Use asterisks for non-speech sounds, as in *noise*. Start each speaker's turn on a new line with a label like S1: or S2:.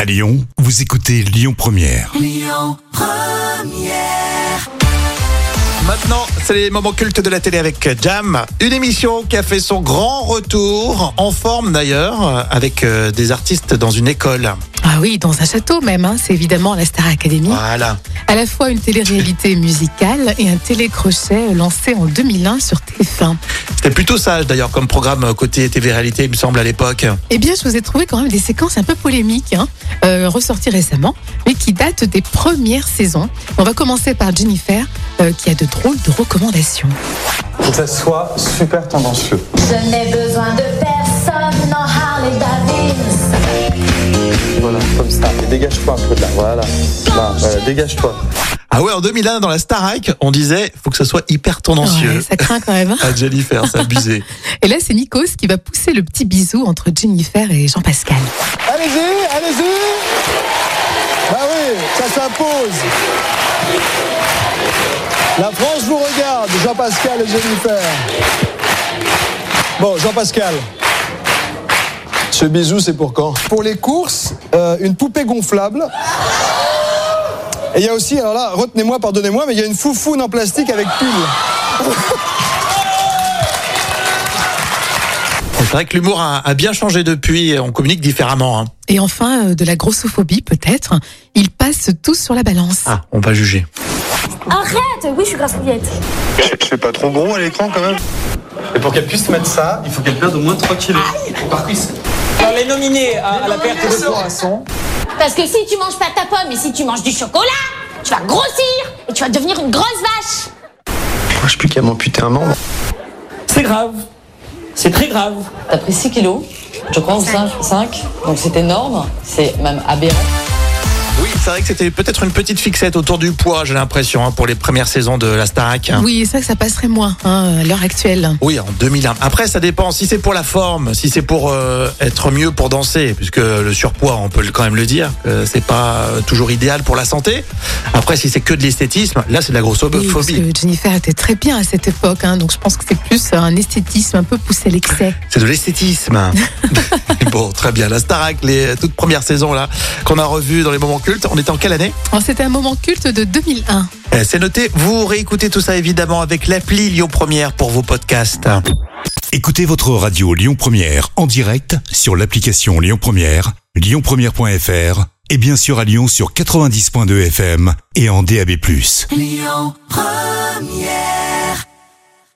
S1: À Lyon, vous écoutez Lyon Première.
S2: Maintenant, c'est les moments cultes de la télé avec Jam, une émission qui a fait son grand retour, en forme d'ailleurs, euh, avec euh, des artistes dans une école.
S3: Ah oui, dans un château même, hein, c'est évidemment la Star Academy.
S2: Voilà.
S3: À la fois une télé-réalité musicale et un télécrochet lancé en 2001 sur TF1.
S2: C'était plutôt sage d'ailleurs comme programme euh, côté TV-réalité, il me semble, à l'époque.
S3: Eh bien, je vous ai trouvé quand même des séquences un peu polémiques, hein, euh, ressorties récemment, mais qui datent des premières saisons. On va commencer par Jennifer, euh, qui a de drôles de recommandations.
S4: faut que ça soit super tendancieux.
S5: Je n'ai besoin de personne, non Harley Davidson.
S4: Voilà, comme ça. Et dégage-toi un peu de là, voilà. Là, voilà, dégage-toi.
S2: Ah ouais, en 2001, dans la Starac, on disait, faut que ça soit hyper tendancieux.
S3: Ouais, ça craint quand même. hein.
S2: À Jennifer, c'est abusé.
S3: Et là, c'est Nikos qui va pousser le petit bisou entre Jennifer et Jean-Pascal.
S6: Allez-y, allez-y. Bah oui, ça s'impose. La France vous regarde, Jean-Pascal et Jennifer. Bon, Jean-Pascal. Ce bisou, c'est pour quand Pour les courses, euh, une poupée gonflable. Et il y a aussi, alors là, retenez-moi, pardonnez-moi, mais il y a une foufoune en plastique avec pull.
S2: C'est vrai que l'humour a, a bien changé depuis, on communique différemment. hein.
S3: Et enfin, euh, de la grossophobie peut-être. Ils passent tous sur la balance.
S2: Ah, on va juger.
S7: Arrête Oui, je suis grassouillette.
S4: C'est pas trop gros à l'écran quand même. Et pour qu'elle puisse mettre ça, il faut qu'elle perde au moins 3 kilos. Par cuisse.
S8: Alors, les nominés à, à Ah, la perte de poisson.
S7: Parce que si tu manges pas ta pomme et si tu manges du chocolat, tu vas grossir et tu vas devenir une grosse vache.
S4: Moi, je plus qu'à m'amputer un membre.
S8: C'est grave. C'est très grave.
S9: T'as pris 6 kilos, je crois, ou 5, donc c'est énorme, c'est même aberrant.
S2: Oui, c'est vrai que c'était peut-être une petite fixette autour du poids, j'ai l'impression, hein, pour les premières saisons de la Starac.
S3: Oui, c'est vrai que ça passerait moins hein, à l'heure actuelle.
S2: Oui, en 2001. Après, ça dépend. Si c'est pour la forme, si c'est pour euh, être mieux pour danser, puisque le surpoids, on peut le- quand même le dire, euh, c'est pas euh, toujours idéal pour la santé. Après, si c'est que de l'esthétisme, là, c'est de la
S3: Oui, parce
S2: grossophobie.
S3: que Jennifer était très bien à cette époque, hein, donc je pense que c'est plus un esthétisme un peu poussé à l'excès.
S2: C'est de
S3: *laughs*
S2: l'esthétisme. *laughs* bon, très bien. La Starac, les euh, toutes premières saisons là qu'on a revues dans les moments cultes. On était en quelle année
S3: Alors, Oh, C'était un moment culte de 2001.
S2: Eh, C'est noté. Vous réécoutez tout ça évidemment avec l'appli Lyon Première pour vos podcasts.
S1: Écoutez votre radio Lyon Première en direct sur l'application Lyon Première, lyonpremière.fr et bien sûr à Lyon sur 90.2 FM et en DAB+.